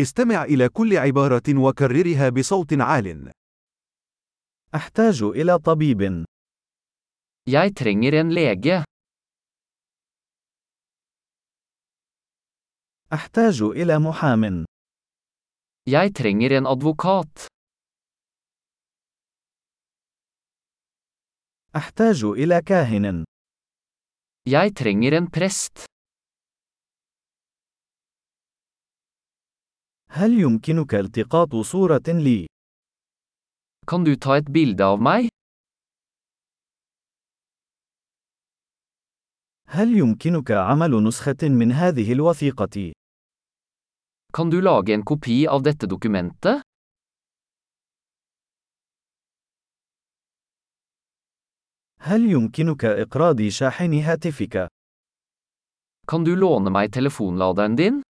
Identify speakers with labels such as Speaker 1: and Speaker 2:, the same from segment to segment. Speaker 1: استمع إلى كل عبارة وكررها بصوت عال.
Speaker 2: أحتاج إلى طبيب.
Speaker 3: Jeg trenger en lege.
Speaker 2: أحتاج إلى محام.
Speaker 3: Jeg trenger en advokat.
Speaker 2: أحتاج إلى كاهن.
Speaker 3: Jeg trenger en prest.
Speaker 2: هل يمكنك التقاط صورة لي؟
Speaker 3: Kan du ta et bilde av meg?
Speaker 2: هل يمكنك عمل نسخة من هذه الوثيقة؟
Speaker 3: Kan du lage en kopi av dette dokumentet?
Speaker 2: هل يمكنك إقراض شاحن هاتفك؟
Speaker 3: Kan du låne meg telefonladeren din?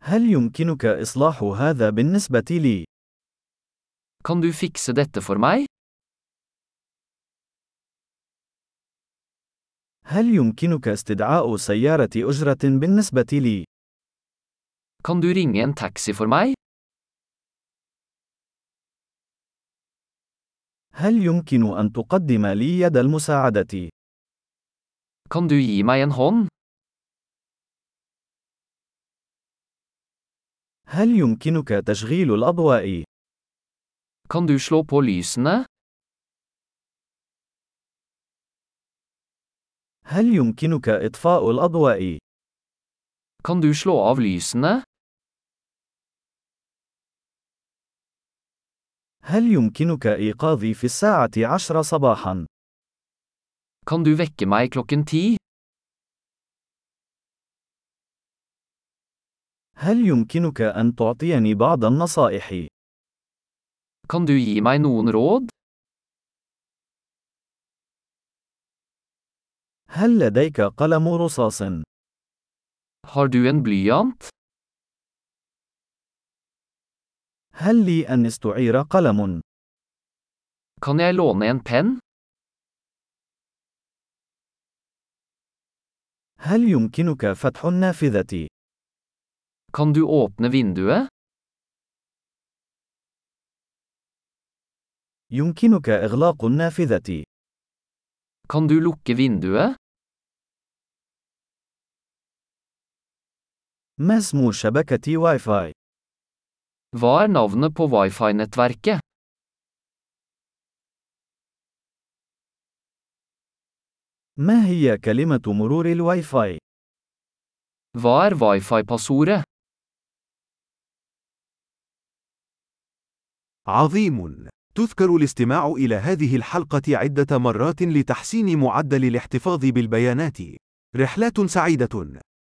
Speaker 2: هل يمكنك إصلاح هذا بالنسبة لي؟
Speaker 3: Kan du fikse dette for meg?
Speaker 2: هل يمكنك استدعاء سيارة أجرة بالنسبة لي؟
Speaker 3: Kan du ringe en taxi for meg?
Speaker 2: هل يمكن أن تقدم لي يد المساعدة؟
Speaker 3: Kan du gi meg en hånd?
Speaker 2: هل يمكنك تشغيل الأضواء؟
Speaker 3: Kan du slå på lysene?
Speaker 2: هل يمكنك إطفاء الأضواء؟
Speaker 3: Kan du slå av lysene?
Speaker 2: هل يمكنك إيقاظي في الساعة عشر صباحا؟
Speaker 3: Kan du vekke meg klokken ti?
Speaker 2: هل يمكنك أن تعطيني بعض النصائح؟
Speaker 3: Kan du gi meg noen råd?
Speaker 2: هل لديك قلم رصاص؟
Speaker 3: Har du en blyant?
Speaker 2: هل لي أن استعير قلم؟
Speaker 3: Kan jeg låne en penn?
Speaker 2: هل يمكنك فتح النافذة؟
Speaker 3: Kan du åpne vinduet?
Speaker 2: يمكنك إغلاق النافذة.
Speaker 3: Kan du lukke vinduet?
Speaker 2: ما اسم شبكة واي فاي؟
Speaker 3: Hva er navnet på wifi-nettverket?
Speaker 2: ما هي كلمة مرور الواي فاي؟
Speaker 3: Hva er wifi-passordet?
Speaker 1: عظيم! تذكر الاستماع إلى هذه الحلقة عدة مرات لتحسين معدل الاحتفاظ بالبيانات. رحلات سعيدة!